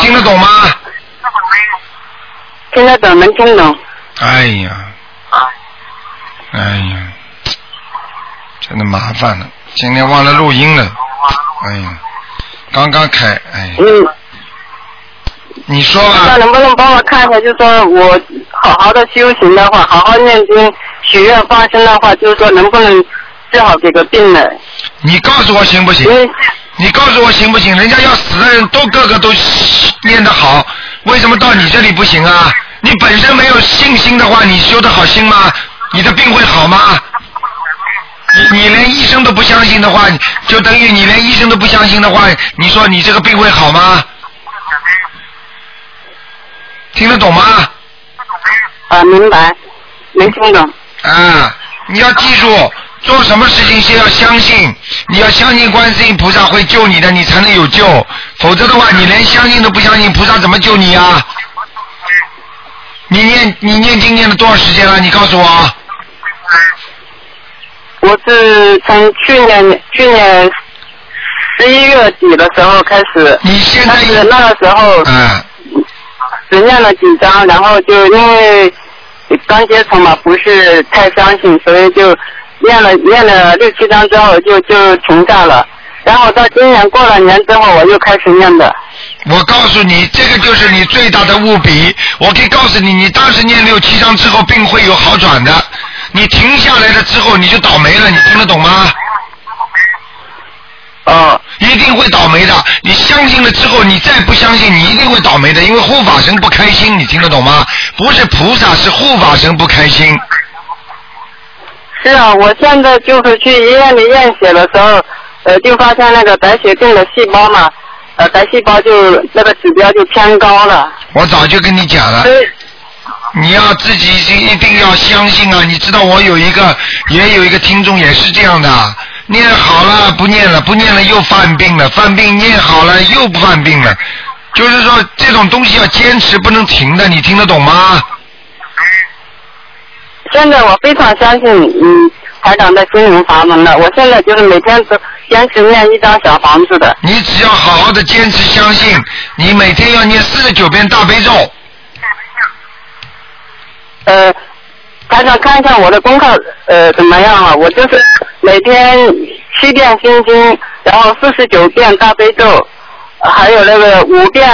听得懂吗？听得懂，能听懂。哎呀，哎呀，真的麻烦了，今天忘了录音了。哎呀，刚刚开，哎，嗯，你说不知道吧，能不能帮我看一下，就说我好好的修行的话，好好念经、许愿、发生的话，就是说能不能治好这个病呢？你告诉我行不行因？为你告诉我行不行？人家要死的人都个个都念得好，为什么到你这里不行啊？你本身没有信心的话，你修得好心吗？你的病会好吗？你你连医生都不相信的话，就等于你连医生都不相信的话，你说你这个病会好吗？听得懂吗？啊，明白，能听懂。啊，你要记住，做什么事情先要相信，你要相信观世音菩萨会救你的，你才能有救。否则的话，你连相信都不相信，菩萨怎么救你啊？你念你念经念了多少时间了？你告诉我，我是从去年去年十一月底的时候开始，你现但在是那个时候啊，只念了几张，然后就因为刚接触嘛，不是太相信，所以就念了念了六七张之后就就停下了。然后到今年过了年之后，我又开始念的。我告诉你，这个就是你最大的误比。我可以告诉你，你当时念六七章之后，病会有好转的。你停下来了之后，你就倒霉了，你听得懂吗？哦，一定会倒霉的。你相信了之后，你再不相信，你一定会倒霉的，因为护法神不开心，你听得懂吗？不是菩萨，是护法神不开心。是啊，我现在就是去医院里验血的时候，呃，就发现那个白血病的细胞嘛，呃，白细胞就那个指标就偏高了，我早就跟你讲了所，以。你要自己一定要相信啊！你知道我有一个，也有一个听众也是这样的，念好了不念了，不念了又犯病了，犯病念好了又不犯病了，就是说这种东西要坚持不能停的，你听得懂吗？现在我非常相信，嗯，台长的心灵法门了。我现在就是每天都坚持念一张小房子的。你只要好好的坚持相信，你每天要念四十九遍大悲咒，呃，台长看一下我的功课呃怎么样啊？我就是每天七遍心经，然后四十九遍大悲咒，呃还有那个五遍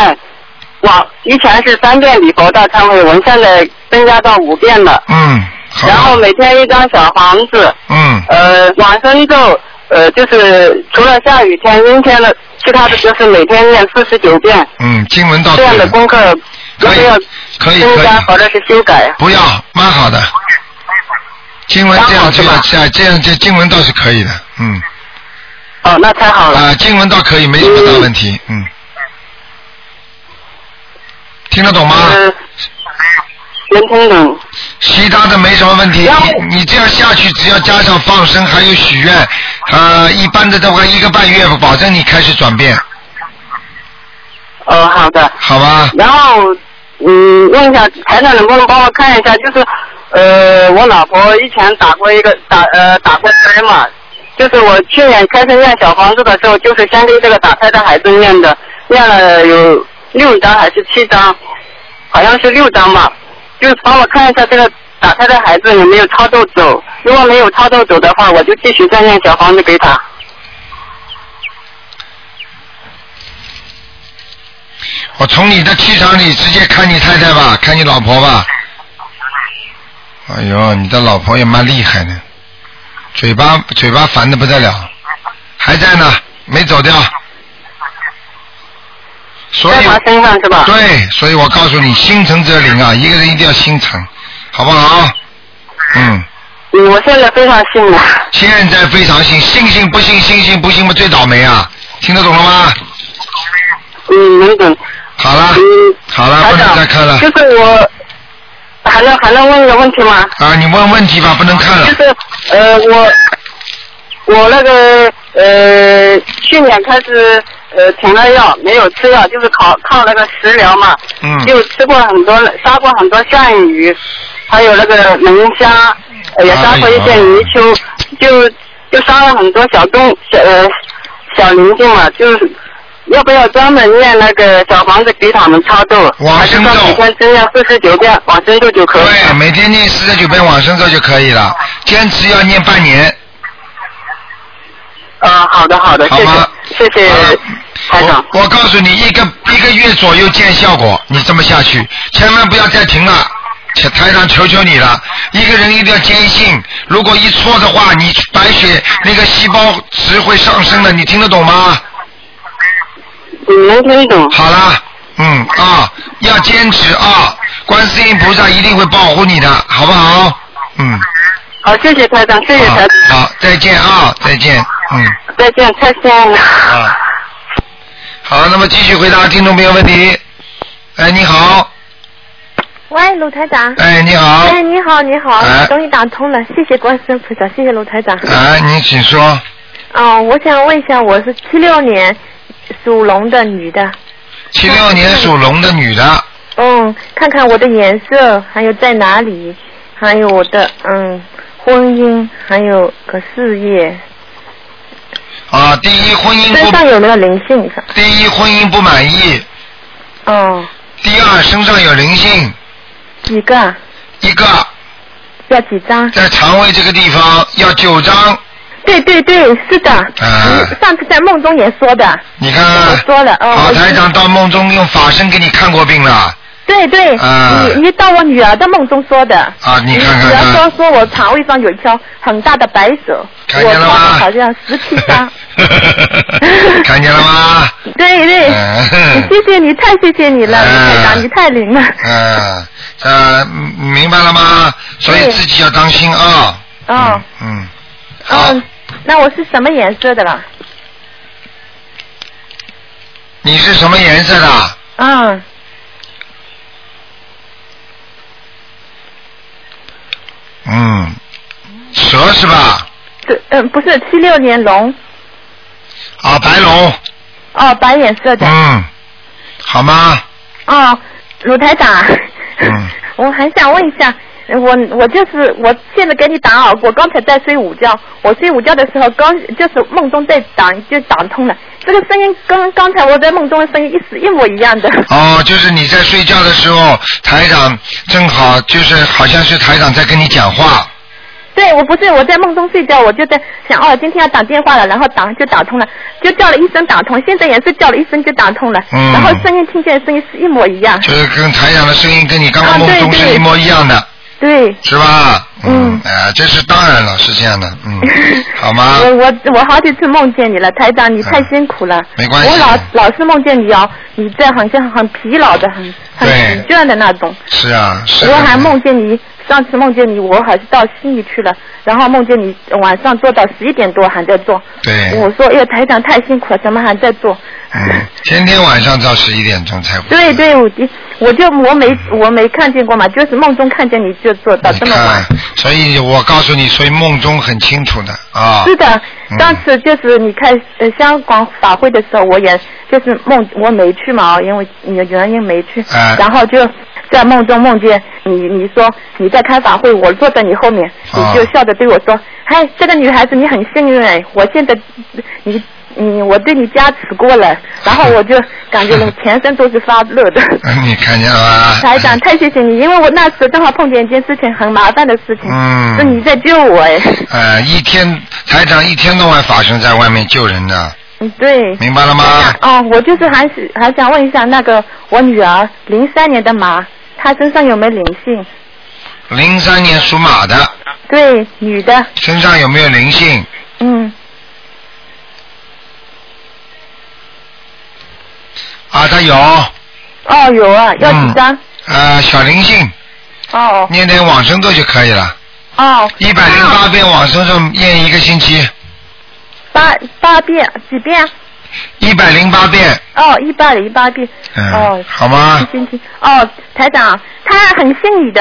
往以前是三遍礼佛大忏悔文，现在增加到五遍了。嗯，好吧然后每天一张小房子。嗯，呃，往生咒，呃，就是除了下雨天、阴天的，其他的就是每天念四十九遍嗯，经文到这样对的了，功课，可要以不要可以增可以，加或者是修改？不要，蛮好的。经文这蛮样好是这样吧这样这样这经文倒是可以的，嗯哦，那太好了。啊，经文倒可以，没什么大问题，嗯。听得懂吗？嗯、能听懂。其他的没什么问题然后。你你这样下去，只要加上放生还有许愿，呃，一般的都会一个半月，保证你开始转变，哦，好的。好吧？然后，嗯，问一下台长能不能帮我看一下，就是，呃，我老婆以前打过一个打呃打过胎嘛，就是我去年开始念小房子的时候，就是先给这个打胎的孩子念的，念了有六张还是七张，好像是六张吧，就是帮我看一下这个打胎的孩子有没有超度走，如果没有超度走的话，我就继续再念小房子给他。我哦从你的气场里直接看你太太吧，看你老婆吧。哎呦，你的老婆也蛮厉害的，嘴巴嘴巴烦的不得了，还在呢，没走掉。所在以他身上是吧？对，所以我告诉你，心诚则灵啊，一个人一定要心诚，好不好？嗯，嗯，我现在非常信了。现在非常信，信信不信，信信不信，我最倒霉啊！听得懂了吗？嗯，能懂。好了，嗯。好了，台不能长，啊再看了就是我还能还能问一个问题吗？啊！你问问题吧，不能看了就。是呃，我我那个呃，去年开始呃停了药，没有吃药，就是靠靠那个食疗嘛，嗯。就吃过很多杀过很多鳝鱼，还有那个龙虾，呃也杀过一哎些泥鳅，就就杀了很多小动小呃小灵性嘛，就是要不要专门念那个小房子给他们超度？往还是生咒说每天只念四十九遍往生咒就可以了？对，每天念四十九遍往生咒就可以了，坚持要念半年。啊，好的好的，好谢吗谢谢谢啊台长。我我告诉你，一个一个月左右见效果，你这么下去，千万不要再停了。且台上求求你了，一个人一定要坚信，如果一错的话，你白血那个细胞值会上升的，你听得懂吗？你嗯能听懂？好啦，嗯啊，要坚持啊，观世音菩萨一定会保护你的，好不好？嗯，好，谢谢台长，谢谢好台长，，啊好，再见啊，再见，嗯。再见，太谢了。啊。好，那么继续回答听众朋友问题。哎，你好，喂，卢台长。哎，你好，哎，你好，你好哎，终于打通了，谢谢观世音菩萨，谢谢卢台长。哎，你请说。哦，我想问一下，我是七六年属龙的女的，七六年属龙的女的，嗯，看看我的颜色，还有在哪里，还有我的嗯婚姻，还有个事业，啊，第一婚姻身不，上有没有灵性？第一婚姻不满意，哦，第二身上有灵性，几个啊？一个要几张？在肠胃这个地方要九张，对对对，是的。啊你上次在梦中也说的。你我看，说了，哦。哎好我台长到梦中用法身给你看过病了对对，啊你你到我女儿的梦中说的。啊，你看看女儿看说，说我肠胃上有一条很大的白蛇，看我见了烧了吗？好像十七张。 看见了吗？对对，嗯谢谢你，太谢谢你了，嗯卢台长，你太 灵了。嗯，呃，明白了吗？所以对自己要当心啊。哦，嗯。嗯，好，哦，那我是什么颜色的啦？你是什么颜色的？嗯，嗯，蛇是吧？这嗯不是七六年龙，啊，白龙。哦白颜色的，嗯，好吗？哦卢台长啊，嗯 我还想问一下。呃我我就是我现在给你打扰，我刚才在睡午觉，我睡午觉的时候刚就是梦中在打就打通了，这个声音跟刚才我在梦中的声音一时一模一样的。哦，就是你在睡觉的时候，台长正好就是好像是台长在跟你讲话。 对，我不是我在梦中睡觉，我就在想哦，今天要打电话了，然后打就打通了，就叫了一声打通，现在也是叫了一声就打通了，嗯然后声音听见声音是一模一样，就是跟台长的声音跟你刚刚啊梦对中是对一模一样的，对。是吧？嗯哎、这是当然了，是这样的， 嗯，好吗？我我我好几次梦见你了，台长，你太嗯辛苦了。没关系我老老是梦见你哦，你在好像很疲劳的，很很对疲倦的那种。是啊，是。我还梦见你，上次梦见你，我好像到悉尼去了，然后梦见你晚上做到十一点多还在做。对，我说，哎呦，台长太辛苦了，怎么还在做？嗯，天天晚上到十一点钟才回来 对对，我的我就我没我没看见过嘛，就是梦中看见你就做到这你么晚看。，所以我告诉你，所以梦中很清楚的啊。是的嗯，上次就是你开呃香港法会的时候，我也就是梦我没去嘛，因为你原因没去，哎然后就在梦中梦见你，你说你在开法会，我坐在你后面，你啊就笑着对我说：“嗨，这个女孩子你很幸运哎，我现在你你我对你加持过了。”然后我就感觉我全身都是发热 的。 你看见了啊吧？台长，太谢谢你，因为我那时候正好碰见一件事情，很麻烦的事情，嗯是你在救我 哎。呃，一天台长一天到晚法身在外面救人的，嗯，对。明白了吗？哦，我就是还是还想问一下那个我女儿零三年的马，她身上有没有灵性？零三年属马的，对，女的，身上有没有灵性？嗯，啊，他有，哦，有啊，要几张？呃，小灵性，哦念点往生咒就可以了，哦，嗯一百零八遍往生咒念一个星期，八八遍几遍？啊一百零八遍，哦，一百零八遍。嗯，哦，好吗？一星期。哦，台长，她很信你的。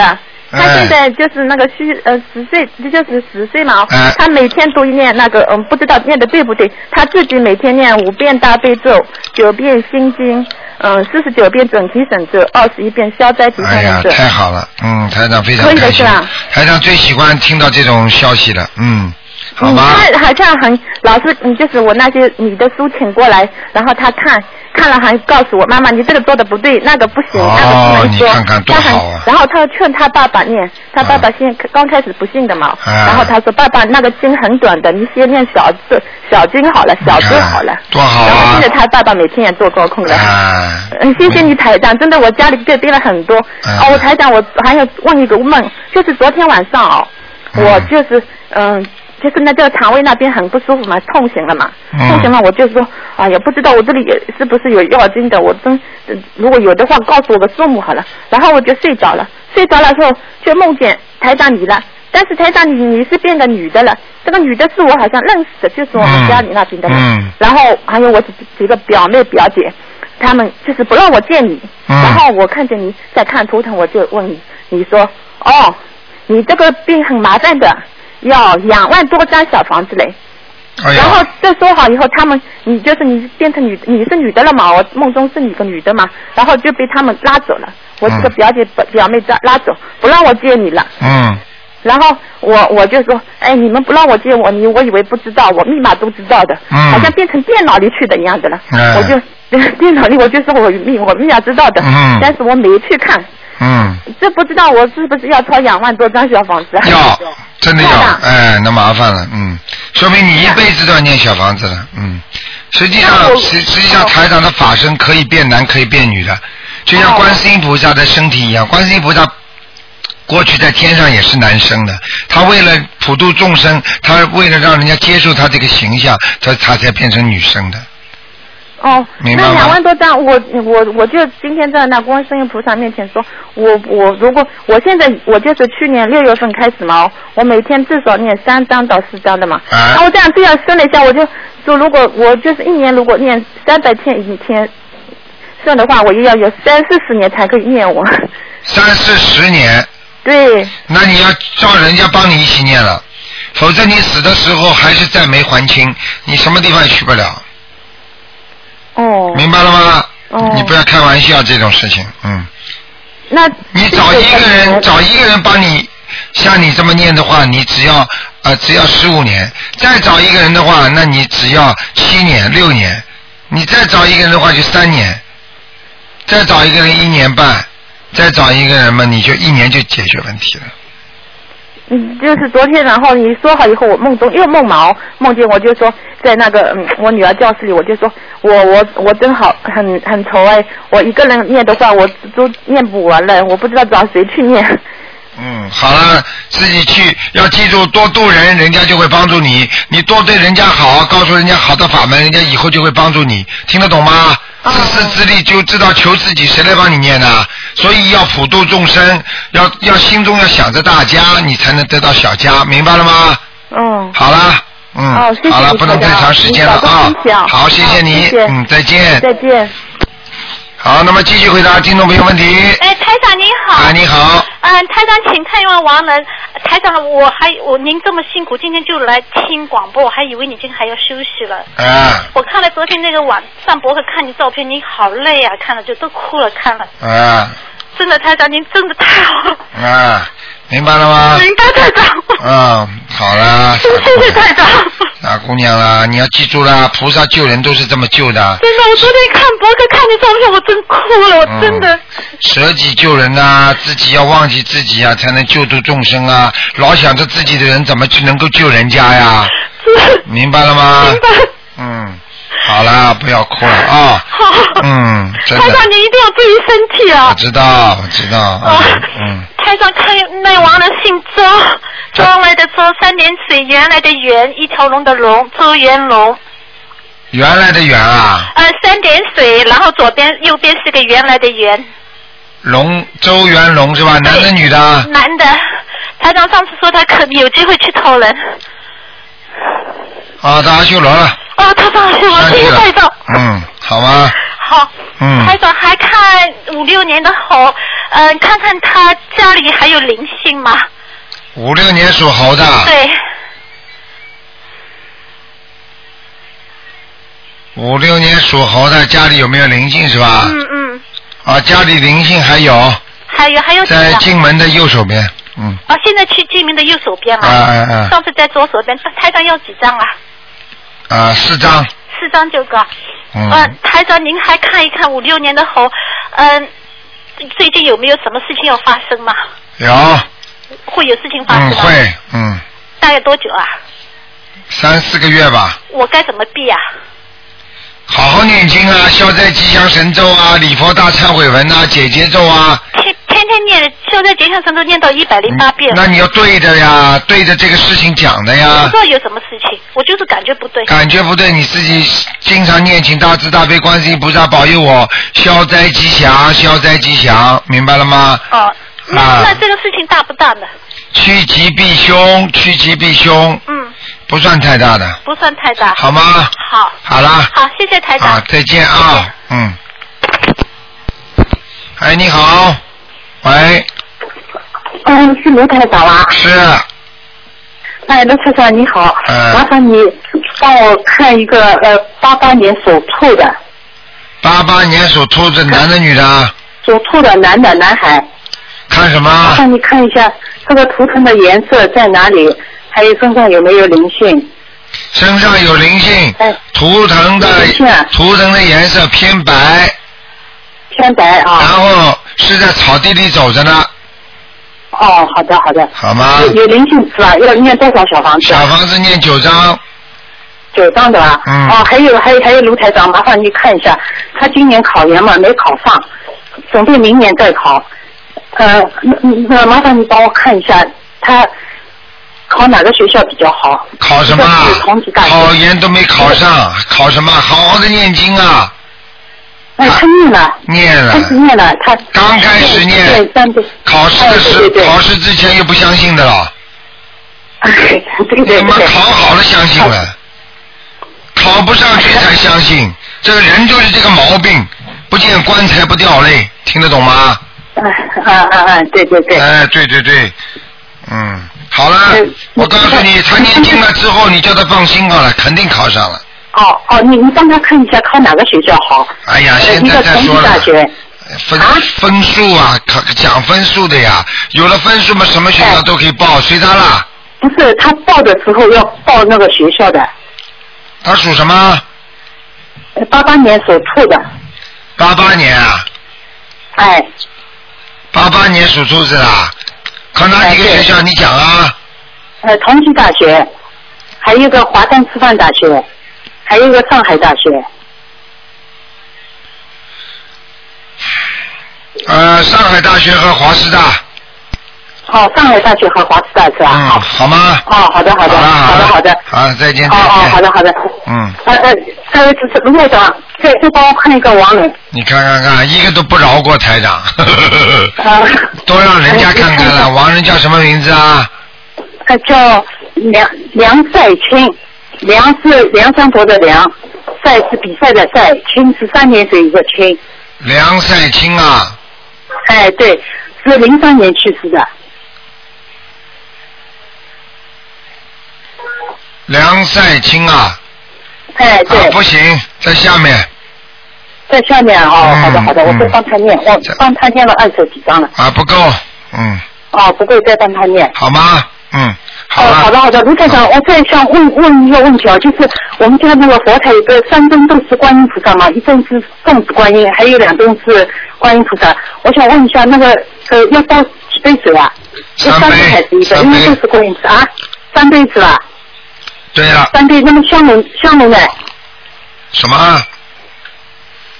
她哎现在就是那个虚呃十岁，就是十岁嘛。哎她每天都念那个嗯，不知道念的对不对。她自己每天念五遍大悲咒，九遍心经，嗯，四十九遍准提神咒，二十一遍消灾吉哎呀祥神，咒。太好了，嗯，台长非常可以的开心是吧，台长最喜欢听到这种消息了，嗯，好嗯，吧，她好像很老是，嗯，就是我那些你的书请过来，然后她看，看了还告诉我妈妈，你这个做的不对，那个不行，哦那个不能说。你看看多他很好啊嗯然后他劝他爸爸念，他爸爸先、刚开始不信的嘛，啊然后他说爸爸那个经很短的，你先念小字小经好了，小字好了。多好然后啊现在！他爸爸每天也做高空了。啊，嗯，谢谢你台长，真的我家里这边了很多。嗯哦，我台长，我还有问一个梦，就是昨天晚上哦，嗯我就是嗯。就是那个肠胃那边很不舒服嘛，痛醒了嘛，嗯痛醒了我就说，哎呀，不知道我这里也是不是有药精的，我真呃如果有的话告诉我个数目好了。然后我就睡着了，睡着了之后就梦见台长你了，但是台长你你是变个女的了，这个女的是我好像认识的，就是我们家里那边的嘛。嗯嗯然后还有我几几个表妹表姐，他们就是不让我见你，嗯然后我看见你在看图腾，我就问你，你说哦，你这个病很麻烦的，要两万多张小房子嘞。哎然后呀，这说好以后，他们你就是你变成女你是女的了嘛，我梦中是你个女的嘛，然后就被他们拉走了，我这个嗯表姐、表妹拉拉走，不让我见你了。嗯，然后我我就说，哎，你们不让我接我，你我以为不知道，我密码都知道的，嗯好像变成电脑里去的一样的了。嗯我就 电脑里我就说我密我密码知道的，嗯但是我没去看，嗯，这不知道我是不是要抄两万多张小房子啊？要，真的 要要的，哎，那麻烦了，嗯，说明你一辈子都要念小房子了，嗯，实际那上我实实际上哦台长的法身可以变男可以变女的，就像哦观世音菩萨的身体一样，观世音菩萨。过去在天上也是男生的，他为了普度众生，他为了让人家接受他这个形象，他他才变成女生的。哦，明白那吗两万多张，我我我就今天在那观世音菩萨面前说，我我如果我现在我就是去年六月份开始嘛，哦我每天至少念三张到四张的嘛，啊然后这样这样算了一下，我就说如果我就是一年如果念三百天一天算的话，我又要有三四十年才可以念我， 三四十年，对，那你要叫人家帮你一起念了，否则你死的时候还是债没还清，你什么地方也去不了，哦，明白了吗？哦你不要开玩笑这种事情，嗯，那你找一个这人找一个人帮你，像你这么念的话，你只要呃只要十五年，再找一个人的话，那你只要七年六年，你再找一个人的话就三年，再找一个人一年半，再找一个人嘛，你就一年就解决问题了。嗯，就是昨天，然后你说好以后，我梦中又梦嘛，哦梦见我就说在那个嗯我女儿教室里，我就说我我我真好很很愁哎，我一个人念的话，我都念不完了，我不知道找谁去念。 嗯，好了，自己去要记住多度人，人家就会帮助你。你多对人家好，告诉人家好的法门，人家以后就会帮助你。听得懂吗？自哦私自利就知道求自己，谁来帮你念呢？所以要普度众生，要要心中要想着大家，你才能得到小家，明白了吗？嗯，好啦，嗯，哦谢谢好了，你不能台太长长时间了你保重啊身体啊。好，谢谢好你，谢谢嗯，再见。再见。好，那么继续回答听众朋友问题。哎，台长您好。啊，你好，嗯，台长，请看一问王人。台长，我还我您这么辛苦，今天就来听广播，我还以为你今天还要休息了。啊我看了昨天那个网上博客看你照片，你好累啊，看了就都哭了，看了。啊真的，台长，您真的太好了。啊，明白了吗？明白，台长。啊，好啦，哎谢谢台长。傻姑娘啦，你要记住啦，菩萨救人都是这么救的，真的，我昨天看博客看你照片，我真哭了，我真嗯的。舍己救人呐、自己要忘记自己啊，才能救度众生啊。老想着自己的人怎么去能够救人家呀？真的明白了吗？明白。嗯，好啦，不要哭了啊。好。嗯，真台的，长，您一定要注意身体啊。我知道，我知道，哦嗯，嗯，台长看那王人姓周，周恩来的周，三点水原来的原，一条龙的龙，周元龙。原来的原啊，呃，三点水，然后左边右边是个原来的原，龙周元龙是吧？男的对女的啊？男的。台长上次说他可有机会去投人。啊，到阿修罗了，哦，他上去了，上谢去谢了台长。。嗯，好吗？好。嗯台长还看五六年的猴，嗯、看看他家里还有灵性吗？五六年属猴的。对。五六年属猴的家里有没有灵性是吧？嗯嗯，啊，家里灵性还有还有还有几在个？进门的右手边，嗯，啊，现在去金明的右手边啊了。啊上次在左手边，台上要几张啊？啊啊，四张，四张就够。嗯呃，台长，您还看一看五六年的猴，嗯、最近有没有什么事情要发生吗？嗯有，会有事情发生嗯，吗？会，嗯，大概多久啊？三四个月吧。我该怎么避啊？好好念经嗯啊，消灾吉祥神咒啊，礼佛大忏悔文啊，解结咒啊。天天天念，现在结像神都念到一百零八遍嗯了。那你要对着呀，对着这个事情讲的不呀知。道有什么事情，我就是感觉不对。感觉不对，你自己经常念，请大慈大悲观世音菩萨保佑我消灾吉祥，消灾吉祥，明白了吗？哦，那、啊那这个事情大不大呢？趋吉避凶，趋吉避凶，嗯，不算太大的，不算太大。好吗？好，好啦，好，谢谢台好长，。再见再啊见，嗯。哎，你好，喂，嗯，是卢台长啊。是，哎，卢台长你好，嗯麻烦你帮我看一个呃八八年属兔的，八八年属兔子，男的女的？属兔的男的男孩，看什麻么？烦你看一下这个图腾的颜色在哪里，还有身上有没有灵性？身上有灵性，哎，图腾的有灵性啊图腾的颜色偏白，偏白然啊。后是在草地里走着呢，哦，好的好的。好吗？有有灵性是吧？要念多少小房子啊？小房子念九章，九张的吧？嗯哦，还有还有还有卢台长，麻烦你看一下，他今年考研嘛没考上，准备明年再考。呃，那那麻烦你帮我看一下，他考哪个学校比较好？考什么啊这是同级？大学考研都没考上，考什么？啊好好的念经啊，哎，他念了，念 开始了。念了，他啊嗯刚开始念对三对，考试的时哎对对对考试之前又不相信的了，哎对对嗯怎么对，考好了相信了，考不上去才相信，这个人就是这个毛病，不见棺材不掉泪，听得懂吗？嗯嗯嗯嗯，对对对，哎，对对对，嗯，好了哎，我告诉你，他念经了之后，你叫他放心好了，肯定考上了。哦哦，你你帮他看一下考哪个学校好？哎呀，呃现一在个再同济说了大。学，分啊分数啊，考讲分数的呀，有了分数嘛，什么学校哎都可以报，随他啦。不是他报的时候要报那个学校的。他属什么？呃八八年属兔的，八八年啊，哎，八八年属兔子啊，考哪几个哎学对校？你讲啊。呃，同济大学，还有一个华山师范大学，还有一个上海大学，呃，上海大学和华师大，哦，上海大学和华师大是吧？嗯，啊好吗？哦，好的，好的，了好的，好好的了，好，再见，哦再哦，见。好的，好的。嗯，呃呃，还有就是卢院长，再再帮我看一个王人，你看看看，一个都不饶过台长， 啊， 都让人家看看了。哎王人叫什么名字啊？他呃叫梁梁赛嗯清，梁是梁山伯的梁，赛是比赛的赛，清是三点水一个清，梁赛清啊，哎，对，是零三年去世的。梁赛清啊，啊哎，对，不行，在下面在下面哦，嗯好的好的，我会嗯帮他念，我这帮他念了二十几张了，啊不够，嗯，哦，不会再帮他念。好吗？嗯，好哦，了，好的好的，卢台长，我再想问问一个问题啊，就是我们家那个佛台有个三尊都是观音菩萨嘛，一尊是送子观音，还有两尊是观音菩萨。我想问一下，那个呃要倒几杯水啊？三要杯杯还是一杯？三因杯为都是观音菩萨啊，三杯是吧？对了，三杯，那么香炉香炉呢？什么？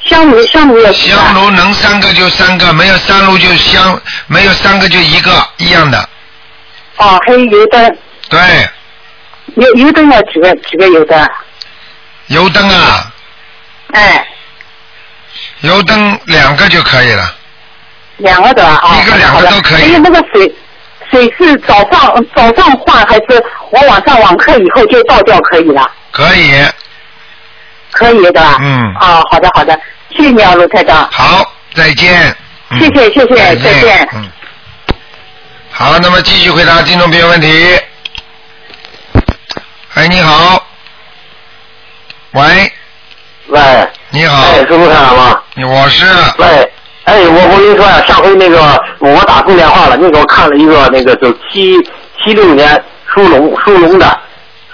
香炉香炉有几个啊香炉能三个就三个，没有三炉就香，没有三个就一个，一样的。哦，还有油灯，对，油油灯要几个几个油灯啊？油灯啊，哎。油灯两个就可以了。两个的啊，哦一个两个都可以好的还有那个水，水是早上早上换还是我晚上网课以后就倒掉可以了？可以，可以的吧？嗯啊，好的好的，谢谢你啊，卢台长。好，再见。嗯谢谢谢谢再见嗯。好，那么继续回答听众朋友问题。哎，你好。喂，喂，你好，哎，是陆台长吗？你我是喂，哎，我我跟你说呀、上回那个我打通电话了，那个我看了一个那个就七七六年属龙属龙的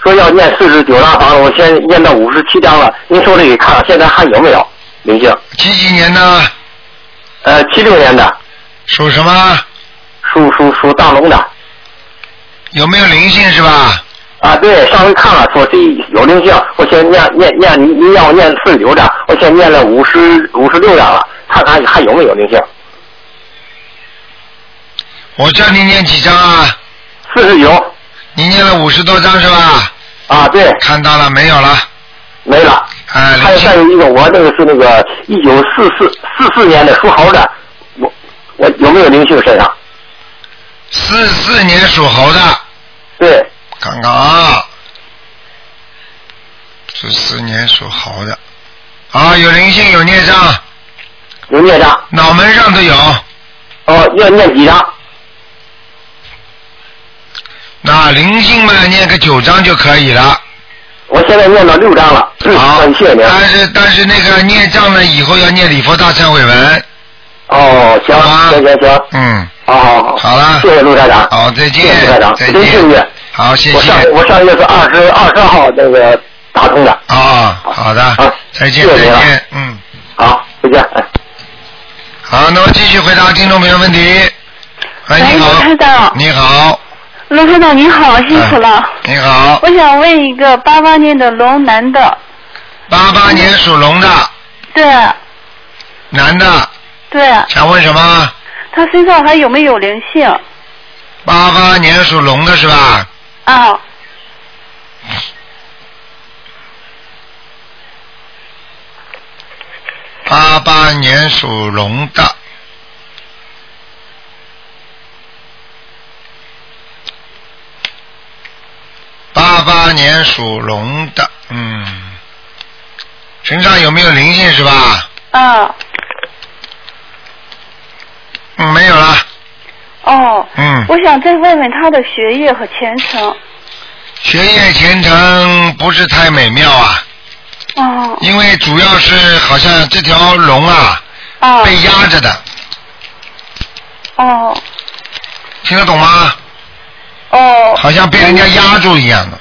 说要念四十九张房子，我先念到五十七张了。您说这给看看现在还有没有灵性？几几年呢？呃，七六年的，属什么？属属属大龙的。有没有灵性是吧？啊，对，上回看了，说这有灵性，我先念念念，您您要念四十九张，我先念了五十五十六张了，看看还有没有灵性。我叫你念几张啊？四十九，你念了五十多张是吧？啊，对，看到了没有了？没了。啊，还有灵性再有一个，我那个是那个一九四四四四年的属猴的，我我有没有灵性身上？四四年属猴的，对，看看啊，四四年属猴的，啊，有灵性有孽障，有孽障。脑门上都有，哦，要念几张？那灵性嘛念个九章就可以了。我现在念到六张了。嗯好，哎感谢您。但是但是那个孽障呢，以后要念礼佛大忏悔文。哦，行好吧行行行，嗯，好好好。好了谢谢陆台长。好，再谢谢见陆台长，，再真幸运见。。好，谢我谢。上我上月是二十二十号那个打通的。啊，好的好，再见，谢再谢您啊见，嗯。好，再见。哎。好，那么继续回答听众朋友问题。喂，你台好，长，你好，啊罗台长您好，辛苦了。你好，我想问一个八八年的龙男的，八八年属龙的对啊男的，对，啊想问什么？他身上还有没有灵性？八八年属龙的是吧？啊，八八年属龙的。八八年属龙的，嗯，身上有没有灵性是吧？啊，嗯，没有了，哦，嗯。我想再问问他的学业和前程。学业前程不是太美妙啊，哦，因为主要是好像这条龙啊啊，被压着的，哦，听得懂吗？哦，好像被人家压住一样的，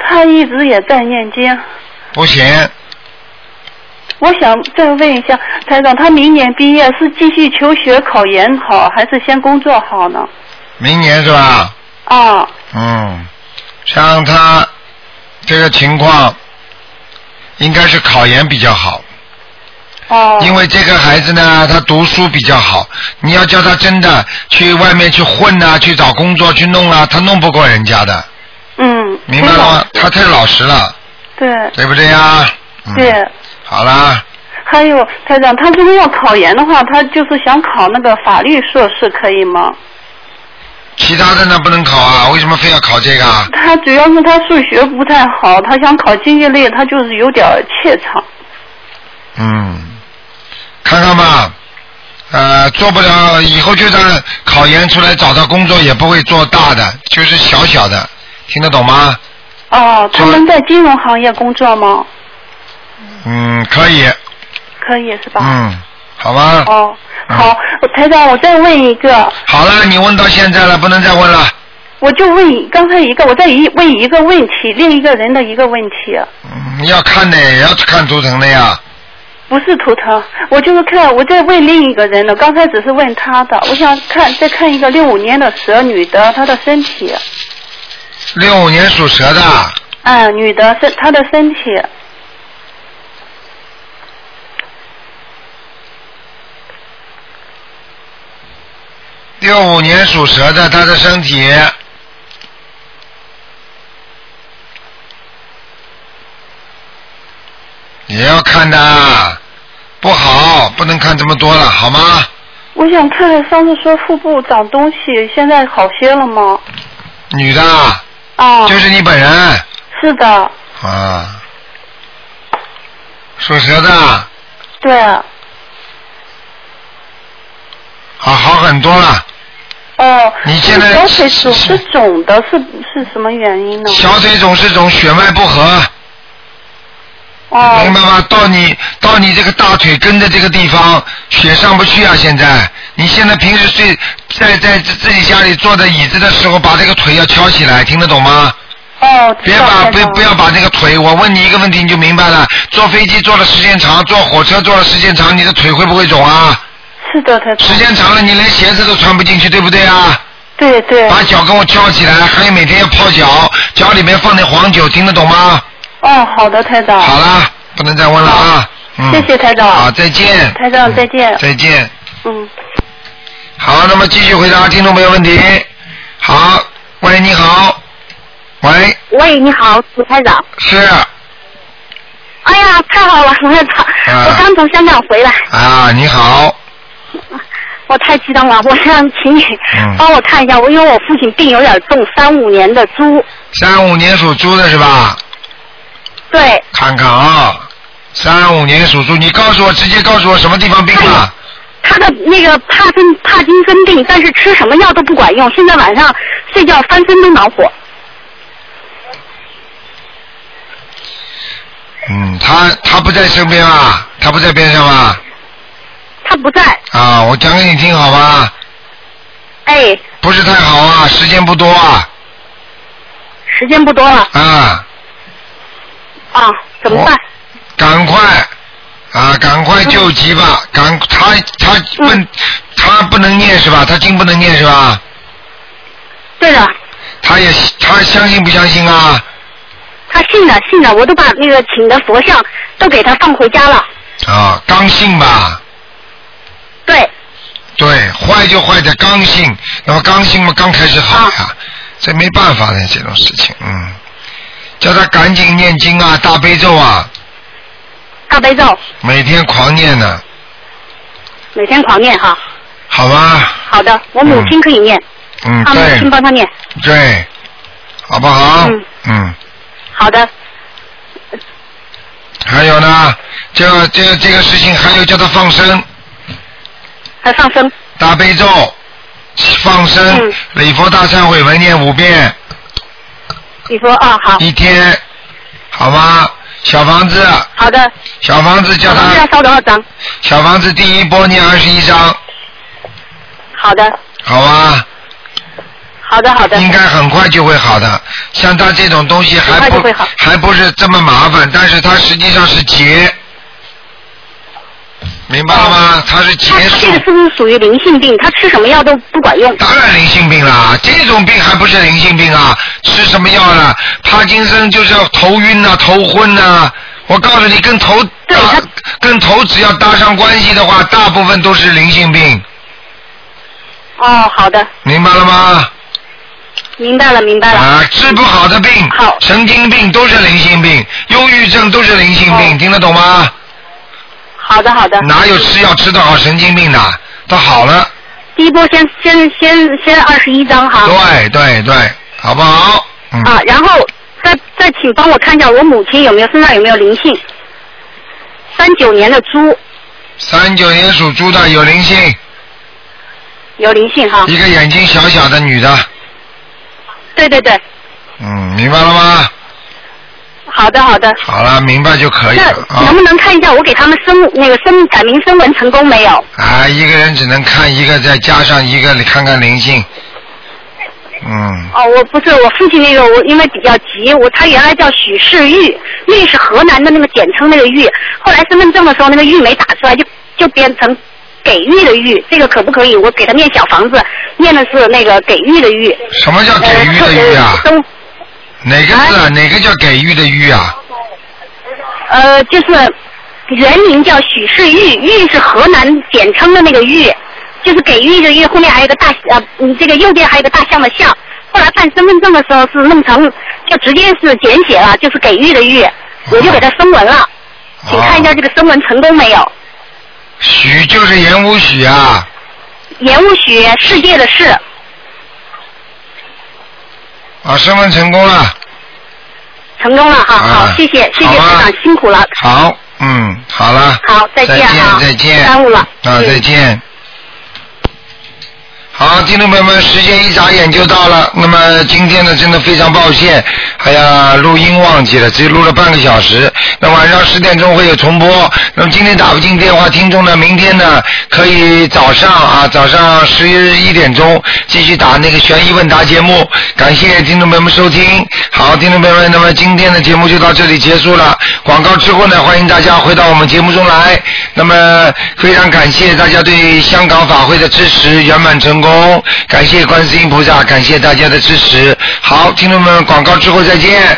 他一直也在念经。不行，我想再问一下台长，他明年毕业是继续求学考研好，还是先工作好呢？明年是吧？啊，嗯，像他这个情况，应该是考研比较好，哦，因为这个孩子呢，他读书比较好，你要叫他真的去外面去混呐、去找工作去弄啊，他弄不过人家的，嗯，明白对了吧吗？他太老实了，对对不对呀？嗯、对。好啦，还有台长，他如果要考研的话，他就是想考那个法律硕士，可以吗？其他的呢不能考啊，为什么非要考这个啊？他主要是他数学不太好，他想考经济类，他就是有点怯场。嗯，看看吧，呃，做不了，以后就算考研出来找到工作，也不会做大的，就是小小的，听得懂吗？哦，他能在金融行业工作吗？嗯，可以，可以是吧？嗯，好吧，哦，嗯好，台长，我再问一个，好了，你问到现在了，不能再问了，我就问刚才一个，我再一问一个问题，另一个人的一个问题，啊嗯，要看的也要看图腾的呀，不是图腾，我就是看，我在问另一个人的，刚才只是问他的，我想看再看一个六五年的蛇女的，她的身体，六五年属蛇的，嗯，女的身她的身体，六五年属蛇的，他的身体。也要看的，啊不好，不能看这么多了，好吗？我想看看上次说腹部长东西，现在好些了吗？女的，啊，就是你本人是的，啊，属蛇的，啊，对，啊好很多了。哦，你现在小腿肿是是肿的，是是什么原因呢？小腿总是种血脉不和，哦，明白吗？到你到你这个大腿根的这个地方，血上不去啊！现在你现在平时睡在在自自己家里坐在椅子的时候，把这个腿要翘起来，听得懂吗？哦，知别道把台不长不要把那个腿，我问你一个问题你就明白了。坐飞机坐的时间长，坐火车坐的时间长，你的腿会不会肿啊？是的，台长时。间长了，你连鞋子都穿不进去，对不对啊？对对。把脚跟我翘起来，还有每天要泡脚，脚里面放点黄酒，听得懂吗？哦，好的，台长。好啦，不能再问了啊。嗯、谢谢台长好，再见。啊嗯台长再见再见。嗯。好，那么继续回答听众朋友问题。好，喂，你好，喂，喂，你好，卢台长。是哎呀，太好了，卢台长，啊我刚从香港回来，啊，你好，我太激动了，我想请你嗯帮我看一下，我因为我父亲病有点重，三五年的猪，三五年属猪的是吧？对，看看啊，三五年属猪，你告诉我，直接告诉我什么地方病啊了？他的那个帕金帕金森病，但是吃什么药都不管用，现在晚上睡觉翻身都恼火。哎嗯，他他不在身边啊，他不在边上啊。他不在，啊，我讲给你听好吧，哎，不是太好啊，时间不多啊，时间不多了啊，啊，怎么哦办？嗯赶快啊，赶快救急吧，赶他他问、他不能念是吧？他经不能念是吧？对的，他也他相信不相信啊？他信了信了，我都把那个请的佛像都给他放回家了。啊，刚性吧，对，对，坏就坏在刚性，那么刚性嘛，刚开始好呀，这没办法的这种事情，嗯，叫他赶紧念经啊，大悲咒啊，大悲咒每天狂念呢、每天狂念哈。好吧？好的，我母亲可以念，嗯，他母亲对帮他念。对，好不好？嗯嗯，好的，还有呢，这个这个这个事情还有叫他放生，还放生。大悲咒，放生嗯，礼佛大忏悔文念五遍，你说啊，好，一天，好吗？小房子，好的，小房子叫小房子他要烧多少张？小房子第一波念二十一章，好的，好吧？好的，好的，应该很快就会好的。像他这种东西还很快就不会好还不是这么麻烦，但是它实际上是结，明白了吗？它是结哦他他束这个。是不是属于灵性病？他吃什么药都不管用。当然灵性病啦，这种病还不是灵性病啊？吃什么药了？帕金森就是要头晕呐、头昏呐、我告诉你，跟头对搭他跟头只要搭上关系的话，大部分都是灵性病，哦，好的，明白了吗？明白了，明白了。啊，治不好的病哎好，神经病都是灵性病，忧郁症都是灵性病，哦听得懂吗？好的，好的。哪有吃药吃得好神经病的？都好了，第一波先先先先二十一张哈。对对对，好不好？嗯，啊，然后再再请帮我看一下我母亲有没有身上有没有灵性？三九年的猪三九年属猪的有灵性，有灵性哈。一个眼睛小小的女的，对对对，嗯，明白了吗？好的好的。好了，明白就可以那了啊能。不能看一下我给他们升那个升改名升文成功没有？啊，一个人只能看一个，再加上一个，你看看灵性。嗯，哦，我不是，我父亲那个，我因为比较急，我他原来叫许世玉，玉是河南的那个简称那个玉，后来身份证的时候那个玉没打出来，就就变成给玉的玉，这个可不可以？我给他念小房子，念的是那个给玉的玉。什么叫给予的予啊呃，？都哪个哎字？啊？哪个叫给予的予啊？呃就是原名叫许世玉，玉是河南简称的那个玉，就是给玉的玉，后面还有一个大呃，嗯这个右边还有一个大象的象。后来办身份证的时候是弄成，就直接是简写了，就是给玉的玉，我就给他升文啊了。请看一下哦这个升文成功没有？许就是言无许啊，言无许，世界的世，啊，升温成功了，成功了哈。好，啊谢谢，谢谢好啊台长辛苦了。好，嗯，好了，好，再再啊，见，再见，耽误了。啊，嗯再见。好，听众朋友们，时间一眨眼就到了。那么今天呢，真的非常抱歉，哎呀，录音忘记了，只录了半个小时。那晚上十点钟会有重播。那么今天打不进电话，听众呢，明天呢可以早上啊，早上十一点钟继续打那个悬疑问答节目。感谢听众朋友们收听。好，听众朋友们，那么今天的节目就到这里结束了。广告之后呢，欢迎大家回到我们节目中来。那么非常感谢大家对香港法会的支持，圆满成功。感谢观世音菩萨，感谢大家的支持。好，听众们，广告之后再见。